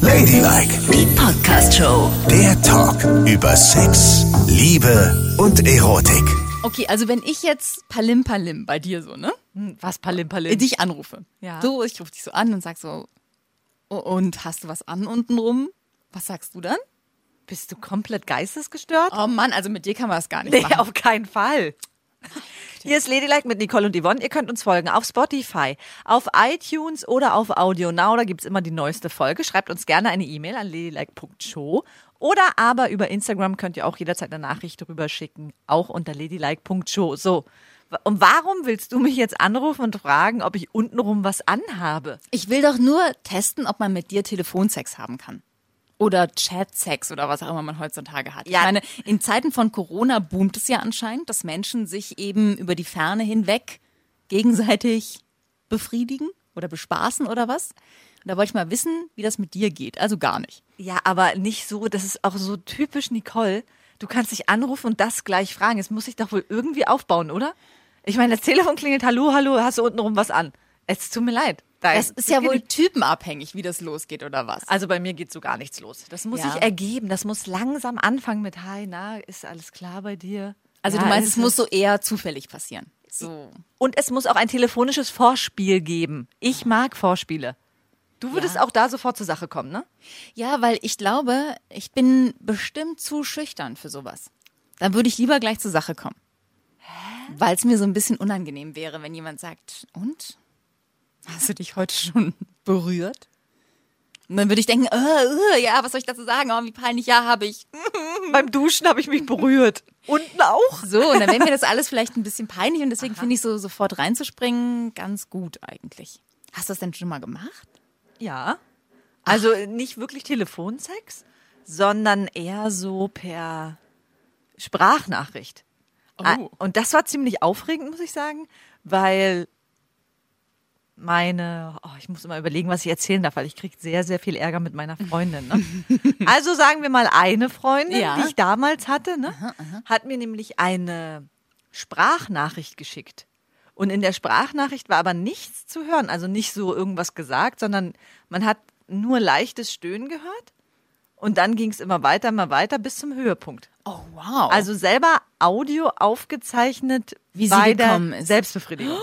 Ladylike, Die Podcast Show. der Talk über Sex, Liebe und Erotik. Okay, also wenn ich jetzt Palim Palim bei dir so, ne? Was Palim Palim? Dich anrufe. Ja. So, ich rufe dich so an und sag so, "Oh, und hast du was an unten rum? Was sagst du dann? Bist du komplett geistesgestört? Oh Mann, also mit dir kann man das gar nicht Nee, machen. auf keinen Fall. Hier ist Ladylike mit Nicole und Yvonne. Ihr könnt uns folgen auf Spotify, auf iTunes oder auf Audio Now. Da gibt's immer die neueste Folge. Schreibt uns gerne eine E-Mail an ladylike.show. Oder aber über Instagram könnt ihr auch jederzeit eine Nachricht drüber schicken, auch unter ladylike.show. So, w- und warum willst du mich jetzt anrufen und fragen, ob ich untenrum was anhabe? Ich will doch nur testen, ob man mit dir Telefonsex haben kann. Oder Chatsex oder was auch immer man heutzutage hat. Ja. Ich meine, in Zeiten von Corona boomt es ja anscheinend, dass Menschen sich eben über die Ferne hinweg gegenseitig befriedigen oder bespaßen oder was. Und da wollte ich mal wissen, wie das mit dir geht. Also gar nicht. Ja, aber nicht so, das ist auch so typisch Nicole. Du kannst dich anrufen und das gleich fragen. Es muss sich doch wohl irgendwie aufbauen, oder? Ich meine, das Telefon klingelt, hallo, hallo, hast du untenrum was an? Es tut mir leid. Da Das ist ja wohl typenabhängig, wie das losgeht oder was. Also bei mir geht so gar nichts los. Das muss Ja. sich ergeben. Das muss langsam anfangen mit Hi, na, ist alles klar bei dir? Also Ja, du meinst, ist es muss so eher zufällig passieren. So. Und es muss auch ein telefonisches Vorspiel geben. Ich mag Vorspiele. Du würdest auch da sofort zur Sache kommen, ne? Ja, weil ich glaube, ich bin bestimmt zu schüchtern für sowas. Dann würde ich lieber gleich zur Sache kommen. Weil es mir so ein bisschen unangenehm wäre, wenn jemand sagt, und? Hast du dich heute schon berührt? Und dann würde ich denken, äh, äh, ja, was soll ich dazu sagen? Oh, wie peinlich, ja, habe ich. Beim Duschen habe ich mich berührt. Unten auch? So, und dann wäre mir das alles vielleicht ein bisschen peinlich und deswegen finde ich so sofort reinzuspringen ganz gut eigentlich. Hast du das denn schon mal gemacht? Ja. Also nicht wirklich Telefonsex, sondern eher so per Sprachnachricht. Ah, Und das war ziemlich aufregend, muss ich sagen, weil meine, oh, ich muss immer überlegen, was ich erzählen darf, weil ich kriege sehr, sehr viel Ärger mit meiner Freundin. Ne? also sagen wir mal eine Freundin, Ja. die ich damals hatte, ne? hat mir nämlich eine Sprachnachricht geschickt. Und in der Sprachnachricht war aber nichts zu hören, also nicht so irgendwas gesagt, sondern man hat nur leichtes Stöhnen gehört. Und dann ging es immer weiter, immer weiter bis zum Höhepunkt. Oh, wow. Also, Also selber Audio aufgezeichnet, Wie sie bei gekommen der ist. Selbstbefriedigung.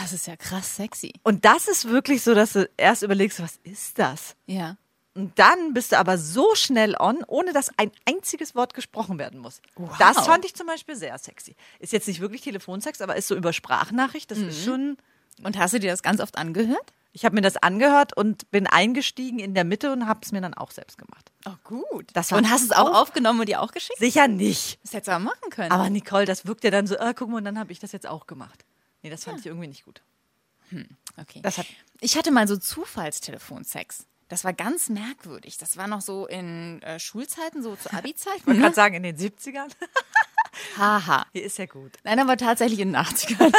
das ist ja krass sexy. Und das ist wirklich so, dass du erst überlegst, was ist das? Ja. Und dann bist du aber so schnell on, ohne dass ein einziges Wort gesprochen werden muss. Wow. Das fand ich zum Beispiel sehr sexy. Ist jetzt nicht wirklich Telefonsex, aber ist so über Sprachnachricht. Das Mhm. ist schon. Und hast du dir das ganz oft angehört? Ich habe mir das angehört und bin eingestiegen in der Mitte und habe es mir dann auch selbst gemacht. Oh, gut. Das war und hast es auch auf- aufgenommen und dir auch geschickt? Sicher nicht. Das hättest du auch machen können. Aber Nicole, das wirkt ja dann so, ah, guck mal, und dann habe ich das jetzt auch gemacht. Nee, das fand ich irgendwie nicht gut. okay. das hat- ich hatte mal so Zufallstelefonsex. Das war ganz merkwürdig. Das war noch so in äh, Schulzeiten, so zu Abi-Zeiten. Man kann ne? sagen, in den 70ern. Haha. Hier ist ja gut. Nein, aber tatsächlich in den 80ern.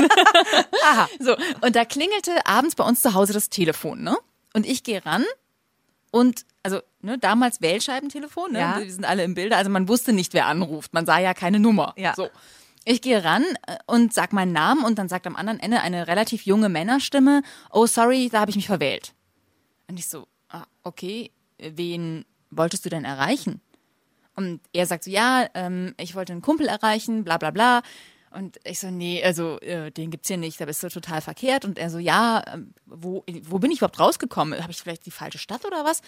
So, und da klingelte abends bei uns zu Hause das Telefon, ne? Und ich gehe ran und, also, ne, damals Wählscheibentelefon, ne? Ja. Wir sind alle im Bilde, also man wusste nicht, wer anruft. Man sah ja keine Nummer. Ja. So. Ich gehe ran äh, und sag meinen Namen und dann sagt am anderen Ende eine relativ junge Männerstimme, oh sorry, da habe ich mich verwählt. Und ich so, ah, okay, wen wolltest du denn erreichen? Und er sagt so, ja, ähm, ich wollte einen Kumpel erreichen, bla bla bla. Und ich so, nee, also äh, den gibt's hier nicht, da bist du total verkehrt. Und er so, ja, ähm, wo, wo bin ich überhaupt rausgekommen? Habe ich vielleicht die falsche Stadt oder was?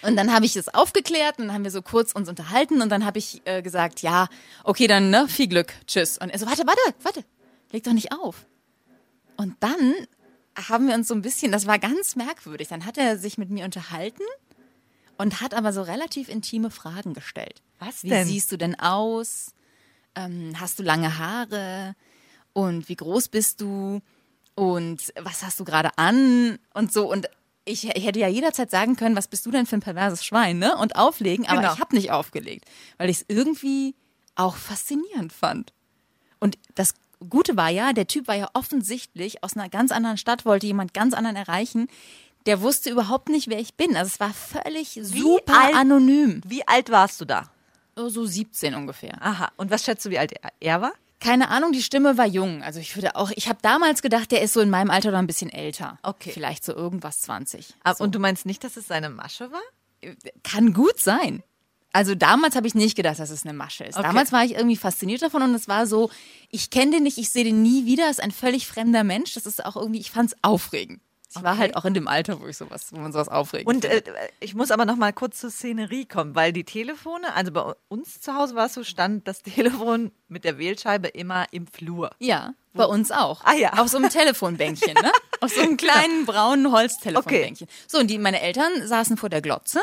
Und dann habe ich das aufgeklärt und dann haben wir so kurz uns unterhalten und dann habe ich äh, gesagt, ja, okay, dann ne, viel Glück, tschüss. Und er so, warte, warte, warte, leg doch nicht auf. Und dann haben wir uns so ein bisschen, das war ganz merkwürdig, dann hat er sich mit mir unterhalten und hat aber so relativ intime Fragen gestellt. Was Wie denn? siehst du denn aus? Ähm, hast du lange Haare? Und wie groß bist du? Und was hast du gerade an? Und so. Und ich, ich hätte ja jederzeit sagen können, was bist du denn für ein perverses Schwein, ne? Und auflegen, aber Genau. ich habe nicht aufgelegt, weil ich es irgendwie auch faszinierend fand. Und das Gute war ja, der Typ war ja offensichtlich aus einer ganz anderen Stadt, wollte jemand ganz anderen erreichen. Der wusste überhaupt nicht, wer ich bin. Also es war völlig super alt- anonym. Wie alt warst du da? So 17 ungefähr. Aha. Und was schätzt du, wie alt er- er war? Keine Ahnung, die Stimme war jung. Also ich würde auch, ich habe damals gedacht, der ist so in meinem Alter oder ein bisschen älter. Okay. Vielleicht so irgendwas 20. Ah, Und du meinst nicht, dass es seine Masche war? Kann gut sein. Also damals habe ich nicht gedacht, dass es eine Masche ist. Okay. Damals war ich irgendwie fasziniert davon und es war so, ich kenne den nicht, ich sehe den nie wieder, ist ein völlig fremder Mensch. Das ist auch irgendwie, ich fand es aufregend. Ich war halt auch in dem Alter, wo ich sowas, wo man sowas aufregt. Und äh, ich muss aber noch mal kurz zur Szenerie kommen, weil die Telefone, also bei uns zu Hause war es so, stand das Telefon mit der Wählscheibe immer im Flur. ja, bei uns auch. Ah, ja. Genau. Auf so einem Telefonbänkchen, ne? Auf so einem kleinen braunen Holztelefonbänkchen. So, und die, meine Eltern saßen vor der Glotze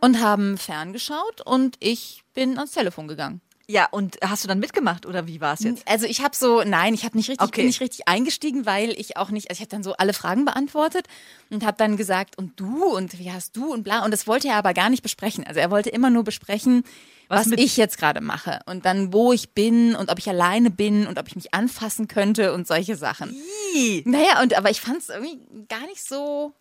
und haben ferngeschaut und ich bin ans Telefon gegangen. Ja, und hast du dann mitgemacht oder wie war es jetzt? Also ich habe so, nein, ich habe nicht richtig, Okay. bin nicht richtig eingestiegen, weil ich auch nicht, also ich habe dann so alle Fragen beantwortet und habe dann gesagt und du und wie hast du und bla und das wollte er aber gar nicht besprechen. Also er wollte immer nur besprechen, was, mit- ich jetzt gerade mache und dann wo ich bin und ob ich alleine bin und ob ich mich anfassen könnte und solche Sachen. Ii. Naja und aber ich fand es irgendwie gar nicht so,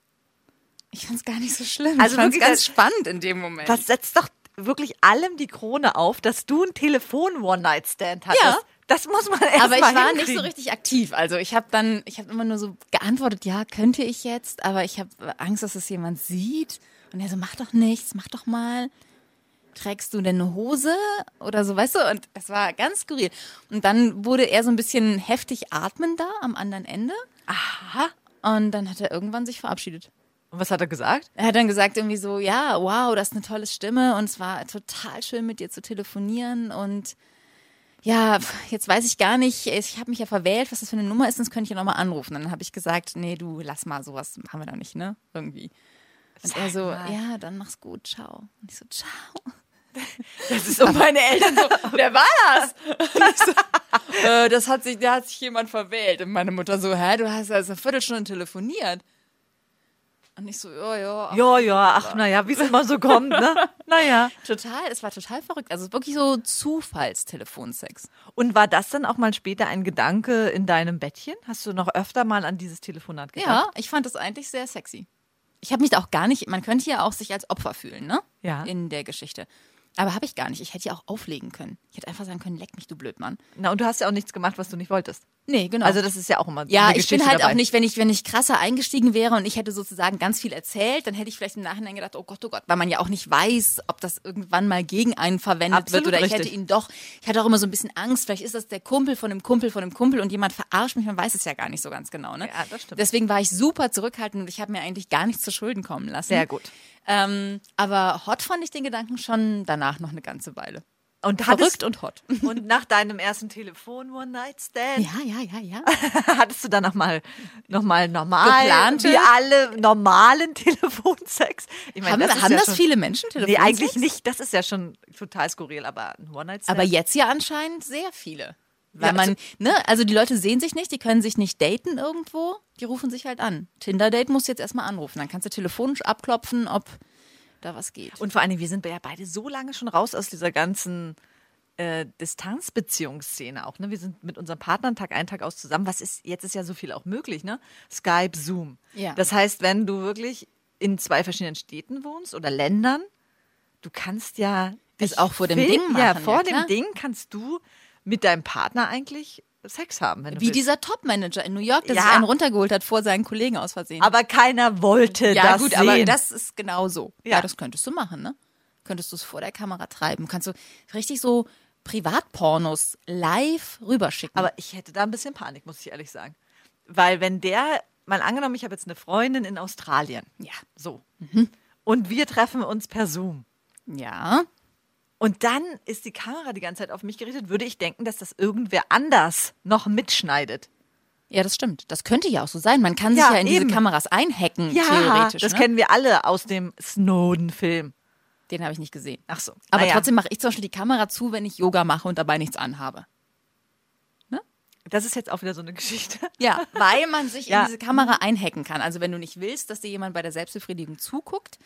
ich fand es gar nicht so schlimm. Also ich fand's wirklich, ganz das- spannend in dem Moment. Das setzt doch wirklich allem die Krone auf, dass du ein Telefon-One-Night-Stand hattest. Ja. Das muss man erst aber ich mal war hinkriegen. nicht so richtig aktiv. Also ich habe dann, ich habe immer nur so geantwortet, ja, könnte ich jetzt, aber ich habe Angst, dass es jemand sieht. Und er so, mach doch nichts, mach doch mal. Trägst du denn eine Hose oder so, weißt du? Und es war ganz skurril. Und dann wurde er so ein bisschen heftig atmender am anderen Ende. Aha. Und dann hat er irgendwann sich verabschiedet. Und was hat er gesagt? Er hat dann gesagt irgendwie so, ja, wow, das ist eine tolle Stimme und es war total schön mit dir zu telefonieren und ja, pf, jetzt weiß ich gar nicht, ich habe mich ja verwählt, was das für eine Nummer ist, sonst könnte ich ja nochmal anrufen. Dann habe ich gesagt, nee, du, lass mal, sowas machen wir da nicht, ne? Irgendwie. Und er so, ja, dann mach's gut, ciao. Und ich so, ciao. Das ist um meine Eltern so. Wer war das? äh, das hat sich, da hat sich jemand verwählt. Und meine Mutter so, hä, du hast ja also eine Viertelstunde telefoniert. Und ich so, ja, ja, Ja, ja, ach, naja, wie es immer so kommt, ne? Naja. Total, es war total verrückt. Also wirklich so Zufallstelefonsex. Und war das dann auch mal später ein Gedanke in deinem Bettchen? Hast du noch öfter mal an dieses Telefonat gedacht? Ja, ich fand das eigentlich sehr sexy. Ich habe mich da auch gar nicht, man könnte ja auch sich als Opfer fühlen, ne? Ja. In der Geschichte. Aber habe ich gar nicht. Ich hätte ja auch auflegen können. Ich hätte einfach sagen können, leck mich, du Blödmann. Na, und du hast ja auch nichts gemacht, was du nicht wolltest. Nee, genau. Also, das ist ja auch immer so ja, eine ich bin Geschichte halt dabei. auch nicht, wenn ich, wenn ich krasser eingestiegen wäre und ich hätte sozusagen ganz viel erzählt, dann hätte ich vielleicht im Nachhinein gedacht, oh Gott, oh Gott, weil man ja auch nicht weiß, ob das irgendwann mal gegen einen verwendet Absolut wird oder ich richtig. hätte ihn doch, ich hatte auch immer so ein bisschen Angst, vielleicht ist das der Kumpel von einem Kumpel von einem Kumpel und jemand verarscht mich, man weiß es ja gar nicht so ganz genau, ne? Ja, das stimmt. Deswegen war ich super zurückhaltend und ich habe mir eigentlich gar nichts zu Schulden kommen lassen. Sehr gut. Ähm, aber hot fand ich den Gedanken schon danach noch eine ganze Weile. Und Verrückt hattest, und hot. und nach deinem ersten Telefon One-Night-Stand Ja, ja, ja, ja. hattest du dann nochmal noch mal normal Geplante? wie alle normalen Telefonsex. Ich meine, haben das das, ist haben ja das schon, viele Menschen? Nee, Telefonsex? eigentlich nicht. Das ist ja schon total skurril, aber ein One-Night-Stand. Aber jetzt ja anscheinend sehr viele. Weil Ja, man, ne, also die Leute sehen sich nicht, die können sich nicht daten irgendwo, die rufen sich halt an. Tinder-Date musst du jetzt erstmal anrufen, dann kannst du telefonisch abklopfen, ob da was geht. Und vor allen Dingen, wir sind ja beide so lange schon raus aus dieser ganzen äh, Distanzbeziehungsszene auch. Ne? Wir sind mit unseren Partnern Tag ein, Tag aus zusammen. Was ist, jetzt ist ja so viel auch möglich, ne? Skype, Zoom. Ja. Das heißt, wenn du wirklich in zwei verschiedenen Städten wohnst oder Ländern, du kannst ja Es dich auch vor dem fil- Ding Ja, machen, vor ja, dem klar. Ding kannst du mit deinem Partner eigentlich Sex haben, wenn du Wie willst. dieser Top-Manager in New York, der Ja. sich einen runtergeholt hat vor seinen Kollegen aus Versehen. Aber keiner wollte ja, das gut, sehen. aber das ist genau so. Ja. Ja. das könntest du machen, ne? Könntest du es vor der Kamera treiben. Kannst du richtig so Privatpornos live rüberschicken. Aber ich hätte da ein bisschen Panik, muss ich ehrlich sagen. Weil wenn der, mal angenommen, ich habe jetzt eine Freundin in Australien. Ja. So. Und wir treffen uns per Zoom. ja. Und dann ist die Kamera die ganze Zeit auf mich gerichtet, würde ich denken, dass das irgendwer anders noch mitschneidet. Ja, das stimmt. Das könnte ja auch so sein. Man kann Ja, sich ja in eben. diese Kameras einhacken, theoretisch. das ne? kennen wir alle aus dem Snowden-Film. Den habe ich nicht gesehen. Ach so. Aber Naja, trotzdem mache ich zum Beispiel die Kamera zu, wenn ich Yoga mache und dabei nichts anhabe. Das ist jetzt auch wieder so eine Geschichte. Ja, weil man sich Ja. in diese Kamera einhacken kann. Also wenn du nicht willst, dass dir jemand bei der Selbstbefriedigung zuguckt,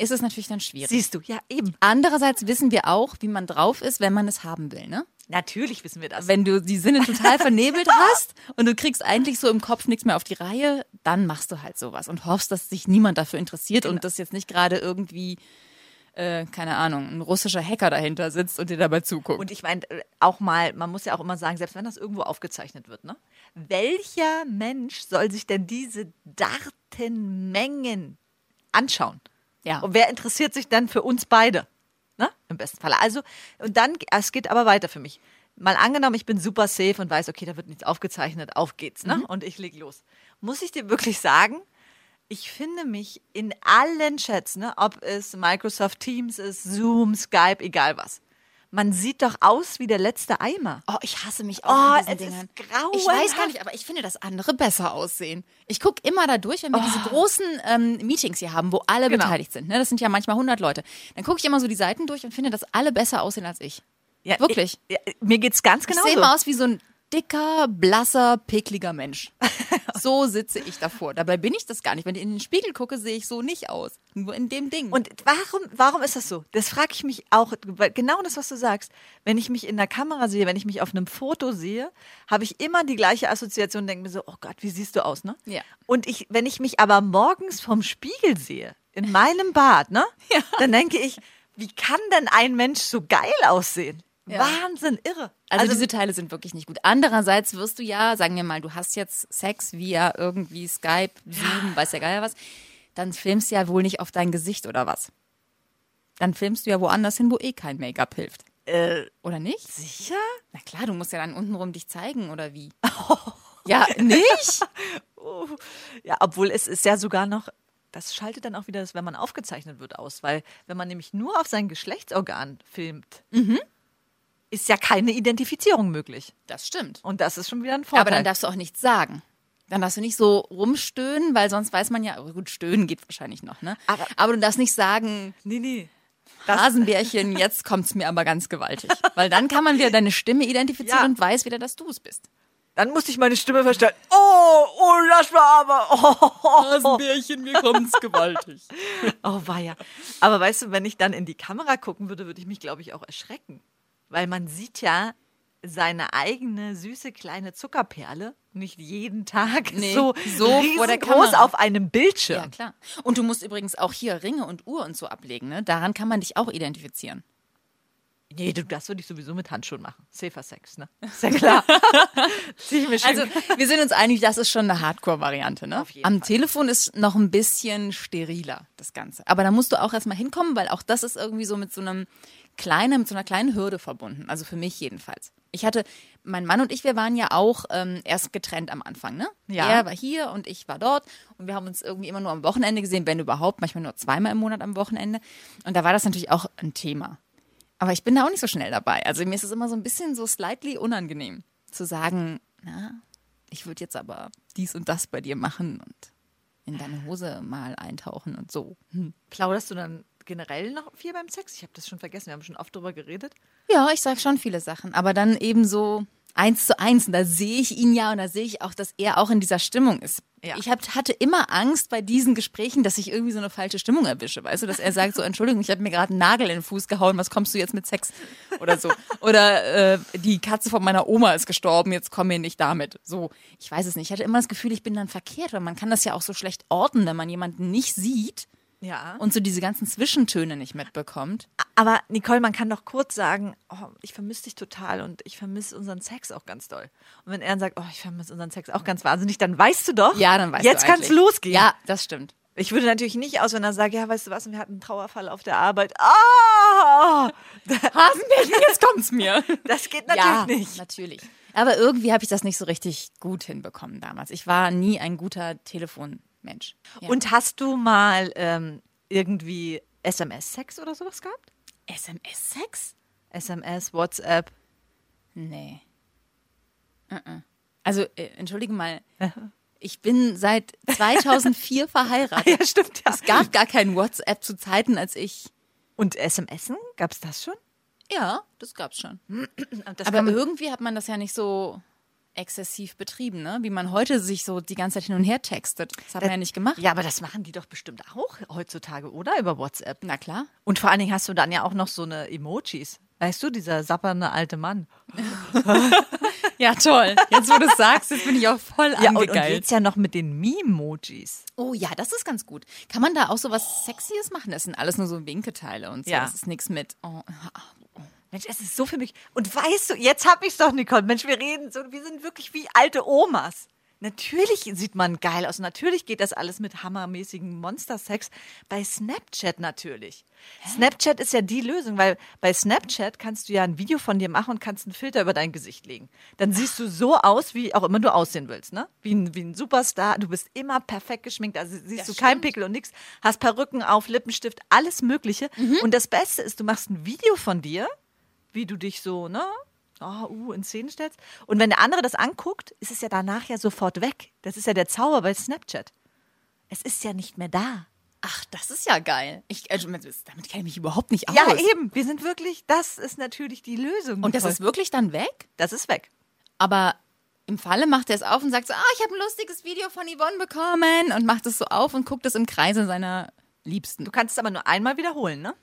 ist es natürlich dann schwierig. Siehst du, ja, eben. Andererseits wissen wir auch, wie man drauf ist, wenn man es haben will. Ne? Natürlich wissen wir das. Wenn du die Sinne total vernebelt hast und du kriegst eigentlich so im Kopf nichts mehr auf die Reihe, Genau. dann machst du halt sowas und hoffst, dass sich niemand dafür interessiert und das jetzt nicht gerade irgendwie äh, keine Ahnung, ein russischer Hacker dahinter sitzt und dir dabei zuguckt. Und ich meine, äh, auch mal, man muss ja auch immer sagen, selbst wenn das irgendwo aufgezeichnet wird, ne? Welcher Mensch soll sich denn diese Datenmengen anschauen? Ja. Und wer interessiert sich dann für uns beide? Ne? Im besten Falle. Also, und dann, es geht aber weiter für mich. Mal angenommen, ich bin super safe und weiß, okay, da wird nichts aufgezeichnet, auf geht's, Mhm. ne? Und ich leg los. Muss ich dir wirklich sagen, ich finde mich in allen Chats, ne, ob es Microsoft Teams ist, Zoom, Skype, egal was. Man sieht doch aus wie der letzte Eimer. Oh, ich hasse mich auch Oh, an diesen es ist Dingern. grauenhaft. Ich weiß gar nicht, aber ich finde, dass andere besser aussehen. Ich gucke immer da durch, wenn wir diese großen ähm, Meetings hier haben, wo alle Genau. beteiligt sind. Ne? Das sind ja manchmal 100 Leute. Dann gucke ich immer so die Seiten durch und finde, dass alle besser aussehen als ich. Ja, Wirklich. Ich, ja, mir geht's ganz Ich genau sehe so. immer aus wie so ein dicker, blasser, pickliger Mensch. So sitze ich davor. Dabei bin ich das gar nicht. Wenn ich in den Spiegel gucke, sehe ich so nicht aus. Nur in dem Ding. Und warum, warum ist das so? Das frage ich mich auch, weil genau das, was du sagst. Wenn ich mich in der Kamera sehe, wenn ich mich auf einem Foto sehe, habe ich immer die gleiche Assoziation, denke mir so, oh Gott, wie siehst du aus, ne? Ja. Und ich, wenn ich mich aber morgens vom Spiegel sehe, in meinem Bad, ne? Ja. Dann denke ich, wie kann denn ein Mensch so geil aussehen? Ja. Wahnsinn, irre. Also, diese Teile sind wirklich nicht gut. Andererseits wirst du ja, sagen wir mal, du hast jetzt Sex via irgendwie Skype, Zoom, weiß ja geil was, dann filmst du ja wohl nicht auf dein Gesicht oder was. Dann filmst du ja woanders hin, wo eh kein Make-up hilft. äh, Oder nicht? sicher? Na klar, du musst ja dann untenrum dich zeigen oder wie? Ja, nicht? Oh. Ja, obwohl es ist ja sogar noch, das schaltet dann auch wieder, das, wenn man aufgezeichnet wird, aus, weil wenn man nämlich nur auf sein Geschlechtsorgan filmt, Mhm. ist ja keine Identifizierung möglich. Das stimmt. Und das ist schon wieder ein Vorteil. Aber dann darfst du auch nichts sagen. Dann darfst du nicht so rumstöhnen, weil sonst weiß man ja, aber gut, stöhnen geht wahrscheinlich noch, ne? Aber- aber du darfst nicht sagen, nee, nee. Rasenbärchen, jetzt kommt's mir aber ganz gewaltig. Weil dann kann man wieder deine Stimme identifizieren Ja. und weiß wieder, dass du es bist. Dann musste ich meine Stimme verstellen. Oh, oh, das war aber. Oh, Rasenbärchen, mir kommt's gewaltig. oh war ja. Aber weißt du, wenn ich dann in die Kamera gucken würde, würde ich mich, glaube ich, auch erschrecken. Weil man sieht ja seine eigene süße kleine Zuckerperle nicht jeden Tag Nee, so, so vor der riesengroß Kamera. auf einem Bildschirm. Ja, klar. Und du musst übrigens auch hier Ringe und Uhr und so ablegen, ne? Daran kann man dich auch identifizieren. Nee, du, das würde ich sowieso mit Handschuhen machen. Safer Sex, ne? Ist ja klar. Zieh ich mir schön. Also, wir sind uns einig, das ist schon eine Hardcore-Variante, ne? Auf jeden Am Telefon ist noch ein bisschen steriler, das Ganze. Aber da musst du auch erstmal hinkommen, weil auch das ist irgendwie so mit so einem kleinen, mit so einer kleinen Hürde verbunden. Also für mich jedenfalls. Ich hatte, mein Mann und ich, wir waren ja auch ähm, erst getrennt am Anfang, ne? Ja. Er war hier und ich war dort und wir haben uns irgendwie immer nur am Wochenende gesehen, wenn überhaupt, manchmal nur zweimal im Monat am Wochenende. Und da war das natürlich auch ein Thema. Aber ich bin da auch nicht so schnell dabei. Also mir ist es immer so ein bisschen so slightly unangenehm zu sagen, na, ich würde jetzt aber dies und das bei dir machen und in deine Hose mal eintauchen und so. Hm. plauderst du dann generell noch viel beim Sex? Ich habe das schon vergessen. Wir haben schon oft drüber geredet. Ja, ich sag schon viele Sachen, aber dann eben so eins zu eins. Und da sehe ich ihn ja und da sehe ich auch, dass er auch in dieser Stimmung ist. Ja. Ich hab, hatte immer Angst bei diesen Gesprächen, dass ich irgendwie so eine falsche Stimmung erwische, weißt du, dass er sagt so, Entschuldigung, ich habe mir gerade einen Nagel in den Fuß gehauen, was kommst du jetzt mit Sex oder so? Oder äh, die Katze von meiner Oma ist gestorben, jetzt komm mir nicht damit. So, ich weiß es nicht. Ich hatte immer das Gefühl, ich bin dann verkehrt, weil man kann das ja auch so schlecht orten, wenn man jemanden nicht sieht Ja. Und, und so diese ganzen Zwischentöne nicht mitbekommt. aber Nicole, man kann doch kurz sagen, oh, ich vermisse dich total und ich vermisse unseren Sex auch ganz doll. Und wenn er dann sagt, oh, ich vermisse unseren Sex auch ganz wahnsinnig, dann weißt du doch, Ja, dann weißt jetzt du kann's eigentlich. losgehen. Ja, das stimmt. Ich würde natürlich nicht aus, wenn er sagt, ja, weißt du was, wir hatten einen Trauerfall auf der Arbeit. Ah! Hasenbärchen, jetzt kommt's mir. Das geht natürlich ja, nicht. natürlich. Aber irgendwie habe ich das nicht so richtig gut hinbekommen damals. Ich war nie ein guter Telefonmensch. Ja. Und hast du mal ähm, irgendwie SMS-Sex oder sowas gehabt? SMS-Sex? SMS, WhatsApp. Nee. Mhm. Also, äh, entschuldige mal, ich bin seit 2004 verheiratet. Ja, stimmt, ja. Es gab gar kein WhatsApp zu Zeiten, als ich. Und SMSen? Gab es das schon? Ja, das gab's schon. Und das Aber kann- irgendwie hat man das ja nicht so exzessiv betrieben, ne? Wie man heute sich so die ganze Zeit hin und her textet. Das hat man ja nicht gemacht. Äh, ja, aber das machen die doch bestimmt auch heutzutage, oder? Über WhatsApp. ne? Na klar. Und vor allen Dingen hast du dann ja auch noch so eine Emojis. Weißt du, dieser sappernde alte Mann. Ja, toll. Jetzt, wo du es sagst, jetzt bin ich auch voll Ja, und, und angegeilt. jetzt ja noch mit den Memojis. oh ja, das ist ganz gut. Kann man da auch so was Sexyes machen? Das sind alles nur so Winketeile und so. Ja. Das ist nichts mit. Oh, Mensch, es ist so für mich. Und weißt du, jetzt hab ich's doch, Nicole. Mensch, wir reden so, wir sind wirklich wie alte Omas. Natürlich sieht man geil aus. Natürlich geht das alles mit hammermäßigen Monstersex. Bei Snapchat natürlich. Snapchat ist ja die Lösung, weil bei Snapchat kannst du ja ein Video von dir machen und kannst einen Filter über dein Gesicht legen. Dann siehst du so aus, wie auch immer du aussehen willst, ne? Wie ein, wie ein Superstar. Du bist immer perfekt geschminkt. Also siehst du keinen Pickel und nix. Hast Perücken auf, Lippenstift, alles Mögliche. Und das Beste ist, du machst ein Video von dir wie du dich so, ne? ah, uh, in Szene stellst. Und wenn der andere das anguckt, ist es ja danach ja sofort weg. Das ist ja der Zauber bei Snapchat. Es ist ja nicht mehr da. Ach, das ist ja geil. Ich, also, damit kenne ich mich überhaupt nicht aus. Ja, eben. Wir sind wirklich, das ist natürlich die Lösung. Und das Nicole. ist wirklich dann weg? das ist weg. Aber im Falle macht er es auf und sagt so, ah, ich habe ein lustiges Video von Yvonne bekommen und macht es so auf und guckt es im Kreise seiner Liebsten. Du kannst es aber nur einmal wiederholen, ne?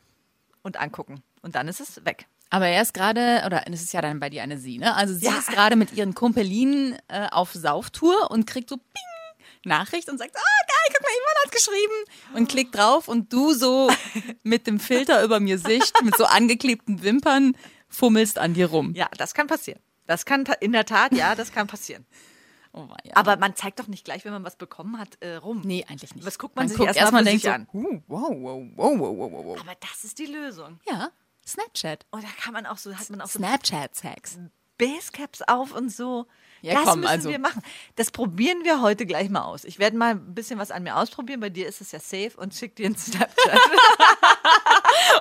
Und angucken. Und dann ist es weg. Aber er ist gerade, oder es ist ja dann bei dir eine Sie, ne? Also sie Ja. ist gerade mit ihren Kumpelinen äh, auf Sauftour und kriegt so Ping! Nachricht und sagt, ah geil, guck mal, Yvonne hat geschrieben. Und klickt drauf und du so mit dem Filter über mir Sicht, mit so angeklebten Wimpern, fummelst an dir rum. Ja, das kann passieren. Das kann ta- in der Tat, ja, das kann passieren. Oh, weia. Aber man zeigt doch nicht gleich, wenn man was bekommen hat, äh, rum. nee, eigentlich nicht. Was guckt man sich guckt erst mal für sich denkt so, an? huh, wow, wow, wow, wow, wow, wow, wow. Aber das ist die Lösung. Ja, Snapchat. Und da kann man auch so, hat man auch so Snapchat-Sex. Basecaps auf und so. Ja, das komm, müssen also. wir machen. Das probieren wir heute gleich mal aus. Ich werde mal ein bisschen was an mir ausprobieren. Bei dir ist es ja safe und schick dir einen Snapchat.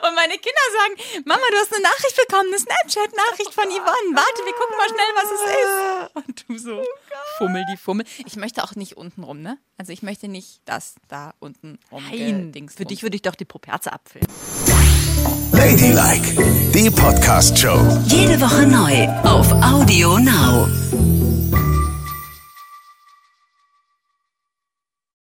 Und meine Kinder sagen, Mama, du hast eine Nachricht bekommen, eine Snapchat-Nachricht von Yvonne. Warte, wir gucken mal schnell, was es ist. Und du Oh so, fummel die Fummel. Ich möchte auch nicht unten rum, ne? Also ich möchte nicht das da unten rum. äh, gedingst Für dich rum. würde ich doch die Properze abfilmen. Ladylike, die Podcast-Show. Jede Woche neu auf Audio Now.